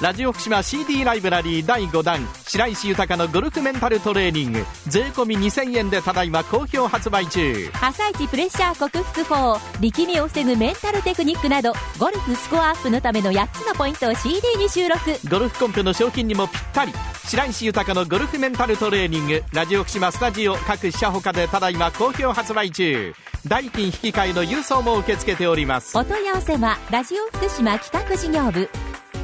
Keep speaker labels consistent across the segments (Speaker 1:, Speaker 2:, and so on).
Speaker 1: ラジオ福島 CD ライブラリー第5弾白石豊のゴルフメンタルトレーニング税込み2000円でただいま好評発売中
Speaker 2: 朝一プレッシャー克服法力みを防ぐメンタルテクニックなどゴルフスコアアップのための8つのポイントを CD に収録
Speaker 1: ゴルフコンペの賞金にもぴったり白石豊のゴルフメンタルトレーニングラジオ福島スタジオ各社ほかでただいま好評発売中代金引き換えの郵送も受け付けております
Speaker 2: お問い合わせはラジオ福島企画事業部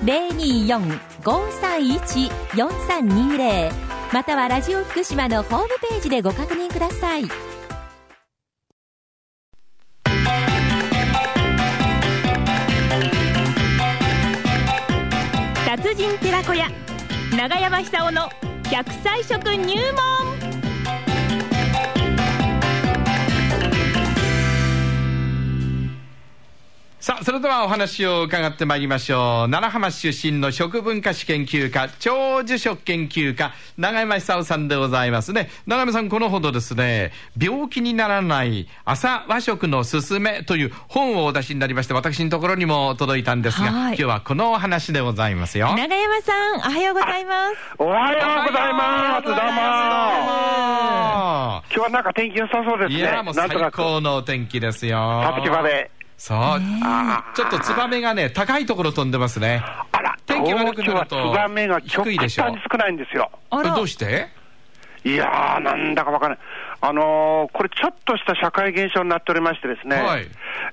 Speaker 2: 024-531-4320またはラジオ福島のホームページでご確認ください
Speaker 3: 達人寺子屋長山久夫の百歳食入門
Speaker 1: さあそれではお話を伺ってまいりましょう奈良浜市出身の食文化史研究家長寿食研究家永山久夫さんでございますね永山さんこのほどですね病気にならない朝和食のすすめという本をお出しになりまして私のところにも届いたんですが、
Speaker 3: はい
Speaker 1: 今日はこのお話でございますよ
Speaker 3: 長山さんおはようございます
Speaker 4: おはようございます。どう
Speaker 1: ど
Speaker 4: も
Speaker 1: うも
Speaker 4: 今日はなんか天気良さそうですね。
Speaker 1: いやもう
Speaker 4: なんと
Speaker 1: 最
Speaker 4: なく、
Speaker 1: 高のお天気ですよ
Speaker 4: 立木場で。
Speaker 1: そう、
Speaker 4: あ
Speaker 1: ちょっとツバメがね高いところ飛んでますね
Speaker 4: あ、あら、
Speaker 1: 天気悪くなると
Speaker 4: 東京はツバメが極
Speaker 1: 低い
Speaker 4: 端
Speaker 1: で
Speaker 4: に
Speaker 1: しょ
Speaker 4: 少ないんですよ。
Speaker 3: あら
Speaker 1: どうして
Speaker 4: いやー、なんだかわからない。あのーこれちょっとした社会現象になっておりましてですね、
Speaker 1: はい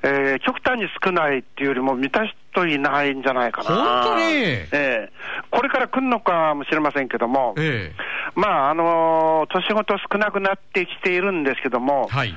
Speaker 4: えー極端に少ないっていうよりも満たしといないんじゃないかな。
Speaker 1: 本当に
Speaker 4: ええこれから来るのかもしれませんけども、
Speaker 1: え
Speaker 4: まあ、あのー年ごと少なくなってきているんですけども、
Speaker 1: えはい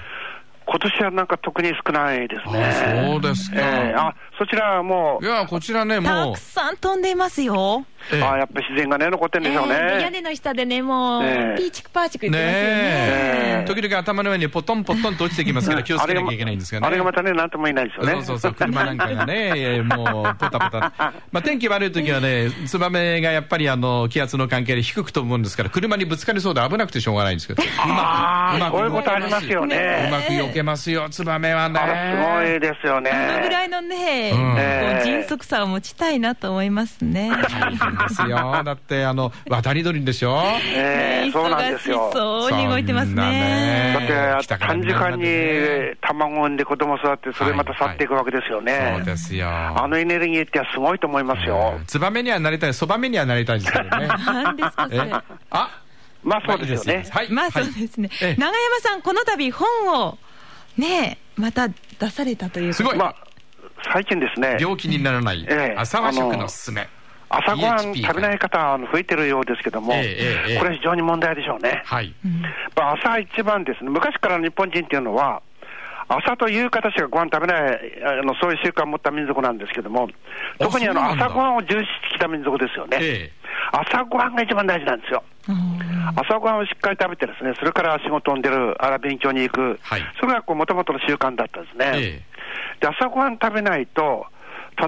Speaker 4: 今年はなんか特に少ないですね。
Speaker 1: あそうですか
Speaker 4: ええあ、そちらはも、
Speaker 1: いうやこちらね
Speaker 3: た
Speaker 1: もう
Speaker 3: くさん飛んでいますよ、
Speaker 1: ええ
Speaker 4: あやっぱ自然がね、残ってんでしょうね。
Speaker 3: えー屋根の下でねもう、
Speaker 4: ええ
Speaker 3: ピーチクパーチク言ってますよ
Speaker 1: ね
Speaker 3: ね
Speaker 1: え
Speaker 4: え
Speaker 1: 時々頭の上にポトンポトンと落ちてきますから気をつけなきゃいけないんですがね
Speaker 4: あれがまあれがまたね、なんとも言えないですよね。
Speaker 1: そうそうそう、車なんかがね、えーもう、ポタポ タ。まあ、天気悪い時はね、ツバメがやっぱり、あの、気圧の関係で低く飛ぶもんですから、車にぶつかりそうで危なくてしょうがないんですけど、う
Speaker 4: あ
Speaker 1: ま
Speaker 4: あ、
Speaker 1: く、
Speaker 4: こういうことありますよ
Speaker 1: うま
Speaker 4: ね。
Speaker 1: く避けますよ、ツバメはね。
Speaker 4: あれ、すごいですよね。
Speaker 3: このぐらいのね、
Speaker 1: うん
Speaker 3: こう迅速さを持ちたいなと思いますね。
Speaker 1: 大変ですよ。だって、あの、渡り鳥でしょ
Speaker 4: ええそうなんですよ。だ
Speaker 3: 忙しそうに動いてますね。
Speaker 4: っ
Speaker 1: 来た
Speaker 4: て、
Speaker 1: から
Speaker 4: 短時間に卵を産んで子供育って、それまた去っていくわけですよね。
Speaker 1: そうですよ。
Speaker 4: あのエネルギーってすごいと思いますよ。
Speaker 1: ツバメにはなりたい、そばめにはなりたいですけど ね。
Speaker 3: 何ですかそ
Speaker 1: え
Speaker 3: れ。
Speaker 1: あ
Speaker 4: まあそうですよね。
Speaker 1: はい。
Speaker 3: まあそうですね。
Speaker 1: ええ
Speaker 3: 長山さん、この度本をね、また出されたということ
Speaker 1: すごい。
Speaker 4: まあ、最近ですね、
Speaker 1: 病気にならない
Speaker 4: ええ
Speaker 1: 朝和食のすすめ。
Speaker 4: 朝ごはん
Speaker 1: PHP
Speaker 4: 食べない方、あの増えてるようですけども、
Speaker 1: ええええええ
Speaker 4: これは非常に問題でしょうね。
Speaker 1: はい。
Speaker 4: まあ朝一番ですね、昔からの日本人っていうのは、朝と夕方しかご飯食べない、あのそういう習慣を持った民族なんですけども、特にあの
Speaker 1: そうなんだ
Speaker 4: 朝ごはんを重視してきた民族ですよね、
Speaker 1: ええ
Speaker 4: 朝ごはんが一番大事なんですよ。朝ごはんをしっかり食べて、ですねそれから仕事に出る、あら勉強に行く、
Speaker 1: はい
Speaker 4: それがもともとの習慣だったんですね。
Speaker 1: え
Speaker 4: で朝ごはん食べないと、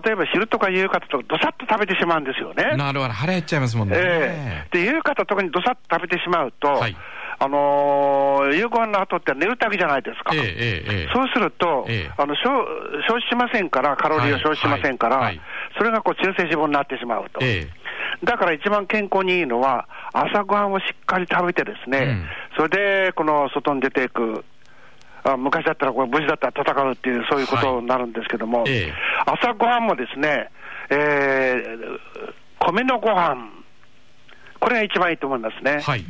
Speaker 4: 例えば昼とか夕方とか、どさっと食べてしまうんですよね。
Speaker 1: なるほど、腹減っちゃいますもんね。
Speaker 4: ええで夕方、特にどさっと食べてしまうと、
Speaker 1: はい
Speaker 4: あのー夕ご飯の後って寝るだけじゃないですか。
Speaker 1: ええええええ
Speaker 4: そうすると、
Speaker 1: ええ
Speaker 4: あの消消費しませんから、カロリーを消費しませんから、
Speaker 1: はいはい
Speaker 4: それがこう中性脂肪になってしまうと、
Speaker 1: え
Speaker 4: だから一番健康にいいのは、朝ごはんをしっかり食べてですね、それでこの外に出ていく。あ昔だったらこれ、無事だったら戦うっていう、そういうことになるんですけども、
Speaker 1: はいええ
Speaker 4: 朝ごはんもですね、えー米のご飯これが一番いいと思いますね。
Speaker 1: はい。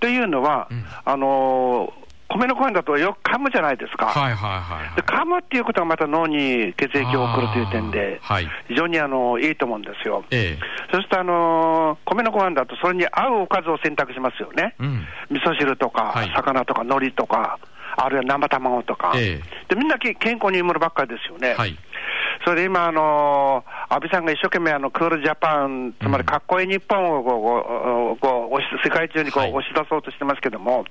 Speaker 4: というのは、
Speaker 1: うん
Speaker 4: あのー米のご飯だとよく噛むじゃないですか。
Speaker 1: はいはいはいはい
Speaker 4: で。噛むっていうことがまた脳に血液を送るという点で、
Speaker 1: あーはい
Speaker 4: 非常にあのいいと思うんですよ。
Speaker 1: え
Speaker 4: そして、あのー米のご飯だと、それに合うおかずを選択しますよね、
Speaker 1: うん
Speaker 4: 味噌汁とか、
Speaker 1: はい
Speaker 4: 魚とか、海苔とか、あるいは生卵とか、
Speaker 1: え
Speaker 4: でみんなけ健康にいいものばっかりですよね。
Speaker 1: はい
Speaker 4: それで今、あのー安倍さんが一生懸命あのクールジャパン、つまりかっこいい日本をこうこうこう押し世界中にこう
Speaker 1: はい
Speaker 4: 押し出そうとしてますけども、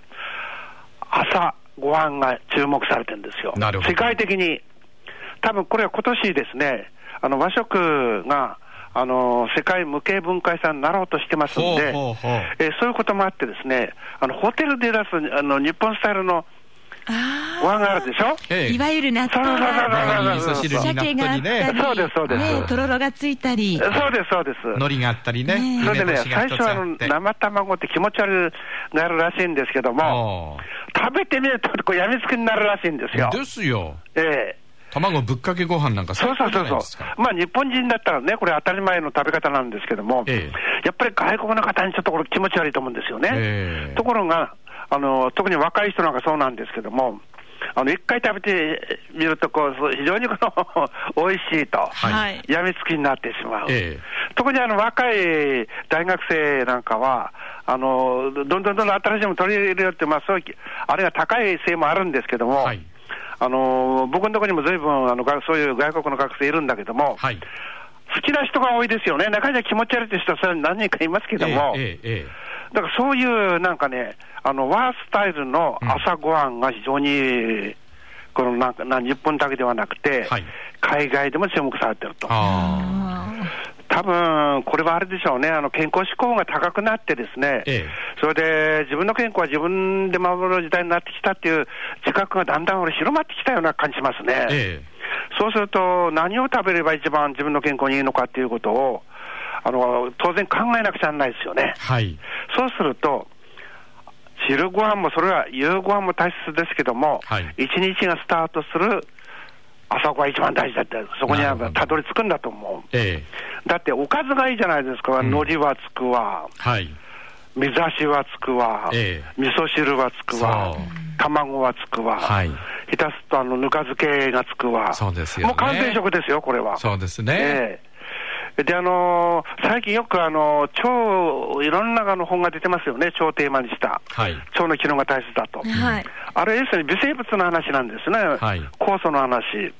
Speaker 4: 朝、ご飯が注目されてるんですよ、
Speaker 1: なるほど
Speaker 4: 世界的に、多分これは今年ですね、あの和食が、あのー世界無形文化遺産になろうとしてますんで、
Speaker 1: ほうほうほう
Speaker 4: えーそういうこともあって、ですねあのホテルで出すあの日本スタイルの
Speaker 5: あ
Speaker 4: 湾があるでしょ
Speaker 5: あ、
Speaker 1: え
Speaker 5: いわゆる納
Speaker 4: そうそう
Speaker 5: 豆が、
Speaker 1: 生に味噌汁になっ
Speaker 5: 鮭があ
Speaker 1: た
Speaker 5: っ
Speaker 1: り
Speaker 5: た
Speaker 1: ね
Speaker 5: り、
Speaker 4: そうですそうです
Speaker 5: ねとろろがついたり、
Speaker 4: そうです、そうです。
Speaker 1: 海苔があったりね
Speaker 5: ね
Speaker 4: そ
Speaker 1: 梅
Speaker 4: れで
Speaker 1: 干
Speaker 4: ね
Speaker 1: し、が
Speaker 4: 最
Speaker 1: 一
Speaker 4: 初
Speaker 1: つ
Speaker 4: は
Speaker 1: あ
Speaker 4: あの
Speaker 1: って
Speaker 4: 生卵って気持ち悪くなるらしいんですけども、
Speaker 1: あ
Speaker 4: 食べてみるとこうやみつきになるらしいんですよ
Speaker 1: あ。ですよ
Speaker 4: ええ
Speaker 1: 卵ぶっかけご飯なんか
Speaker 4: そうそうそう
Speaker 1: じゃないで
Speaker 4: そ
Speaker 1: すか
Speaker 4: う。まあ日本人だったらね、これ当たり前の食べ方なんですけども、
Speaker 1: え
Speaker 4: やっぱり外国の方にちょっとこれ気持ち悪いと思うんですよね。
Speaker 1: ええ
Speaker 4: ところが、あの、特に若い人なんかそうなんですけども、あの、一回食べてみると、こう、そう非常にこの、 美味しいと、
Speaker 1: はい
Speaker 5: はい。
Speaker 4: やみつきになってしまう。
Speaker 1: ええ
Speaker 4: 特にあの、若い大学生なんかは、あの、どんどんどんどん新しいもの取り入れるよって、まあそういう、あれが高いせいもあるんですけども、
Speaker 1: はい
Speaker 4: あの僕のところにもずいぶんあのがそういう外国の学生いるんだけども、
Speaker 1: はい
Speaker 4: 好きな人が多いですよね、中には気持ち悪いって人はそれは何人かいますけども、
Speaker 1: えええええ
Speaker 4: だからそういうなんかね、あのワースタイルの朝ごはんが非常に、このなんかな日本だけではなくて、
Speaker 1: はい
Speaker 4: 海外でも注目されてると
Speaker 1: え、ああ
Speaker 5: あ
Speaker 4: 多分これはあれでしょうね、あの健康志向が高くなってですね、
Speaker 1: ええ
Speaker 4: それで自分の健康は自分で守る時代になってきたっていう自覚がだんだん俺、広まってきたような感じしますね。
Speaker 1: え
Speaker 4: そうすると、何を食べれば一番自分の健康にいいのかっていうことを、あの当然考えなくちゃならないですよね
Speaker 1: え。はい
Speaker 4: そうすると、昼ご飯もそれは夕ご飯も大切ですけども、
Speaker 1: はい
Speaker 4: 一日がスタートする朝ごは一番大事だって、そこに
Speaker 1: な
Speaker 4: は
Speaker 1: るほど
Speaker 4: たどり着くんだと思う。
Speaker 1: ええ
Speaker 4: だっておかずがいいじゃないですか、
Speaker 1: ん
Speaker 4: 海苔はつくわ、
Speaker 1: はい
Speaker 4: 水ざしはつくわ、
Speaker 1: え
Speaker 4: 味噌汁はつくわ
Speaker 1: そう、
Speaker 4: 卵はつくわ、
Speaker 1: はい
Speaker 4: ひたすとあのぬか漬けがつくわ、
Speaker 1: そうですよね
Speaker 4: もう完全食ですよ、これは。
Speaker 1: そうですね、
Speaker 4: ええで、あのー最近よく、あのー腸、いろんなあの本が出てますよね、腸をテーマにした。
Speaker 1: はい
Speaker 4: 腸の機能が大切だと。
Speaker 5: ーはい。
Speaker 4: あれ、要するに微生物の話なんですね、
Speaker 1: い
Speaker 4: 酵素の話。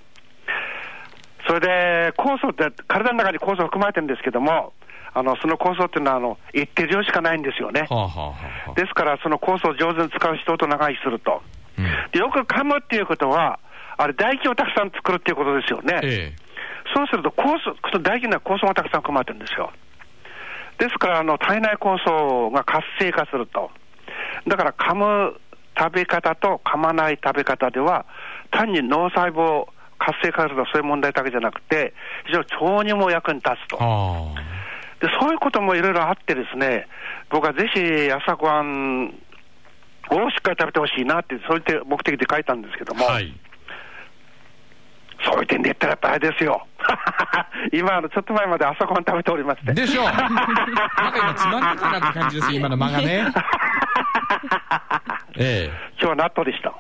Speaker 4: それで、酵素って、体の中に酵素含まれてるんですけども、あのその酵素っていうのはあの、一定量しかないんですよね。
Speaker 1: はあはあはあはあ
Speaker 4: ですから、その酵素を上手に使う人と長生きすると。
Speaker 1: うん
Speaker 4: でよく噛むっていうことは、あれ、唾液をたくさん作るっていうことですよね。
Speaker 1: ええ
Speaker 4: そうすると酵素、その大事な酵素がたくさん含まれてるんですよ。ですから、あの体内酵素が活性化すると。だから噛む食べ方と噛まない食べ方では、単に脳細胞を活性化するとかそういう問題だけじゃなくて、非常に腸にも役に立つと。
Speaker 1: あ
Speaker 4: でそういうこともいろいろあってですね、僕はぜひ朝ごはんをしっかり食べてほしいなって、そういった目的で書いたんですけど
Speaker 1: あ
Speaker 4: も、
Speaker 1: はい
Speaker 4: そういう点で言ったらやっぱあれですよ。 今、あの、ちょっと前まで朝ごはん食べておりまして。
Speaker 1: でし ょうなんか今つまんでたなって感じですよ今の間が ねええ
Speaker 4: 今日は納豆でした。
Speaker 1: あ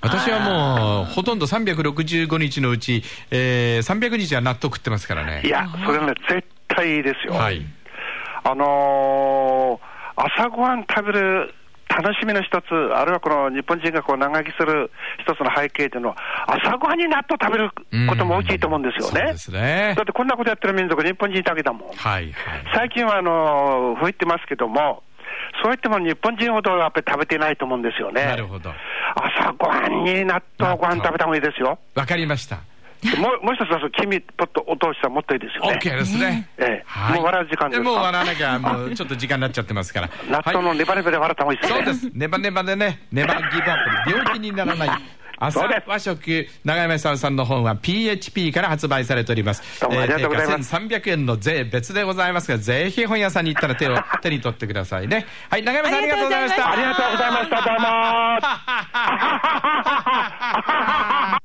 Speaker 1: 私はもうほとんど365日のうち、えー、300日は納豆食ってますからね
Speaker 4: いや、それね、絶対いいですよ。
Speaker 1: はい
Speaker 4: あのー朝ごはん食べる楽しみの一つ、あるいはこの日本人がこう長生きする一つの背景というのは、朝ごはんに納豆食べることも大きいと思うんですよ
Speaker 1: そう
Speaker 4: ね。
Speaker 1: ですね
Speaker 4: だってこんなことやってる民族、日本人だけだもん。
Speaker 1: はいはい
Speaker 4: 最近はあのー増えてますけども、そう言っても日本人ほどやっぱり食べてないと思うんですよね。
Speaker 1: なるほど
Speaker 4: 朝ごはんに納豆ご飯食べた方がいいで すよ。
Speaker 1: わかりました
Speaker 4: もうもう一つは、その黄身、ポッと落としたらもっといいですよね。
Speaker 1: OK ですね
Speaker 4: ええもう笑う時間ですか
Speaker 1: もう笑わなきゃもうちょっと時間になっちゃってますから
Speaker 4: 納豆の
Speaker 1: はい
Speaker 4: ネバネバで笑った方がいいです
Speaker 1: そ
Speaker 4: よ
Speaker 1: う
Speaker 4: ね。
Speaker 1: ですネバネバでねネバギブアップで病気にならない朝
Speaker 4: そうです
Speaker 1: 和食長山さんさんの本は PHP から発売されております
Speaker 4: どうもありがとうございます
Speaker 1: えー定価1300円の税別でございますがぜひ本屋さんに行ったら手を手に取ってくださいねはい長山さんありがとうございました
Speaker 4: ありがとうございました。どうもー。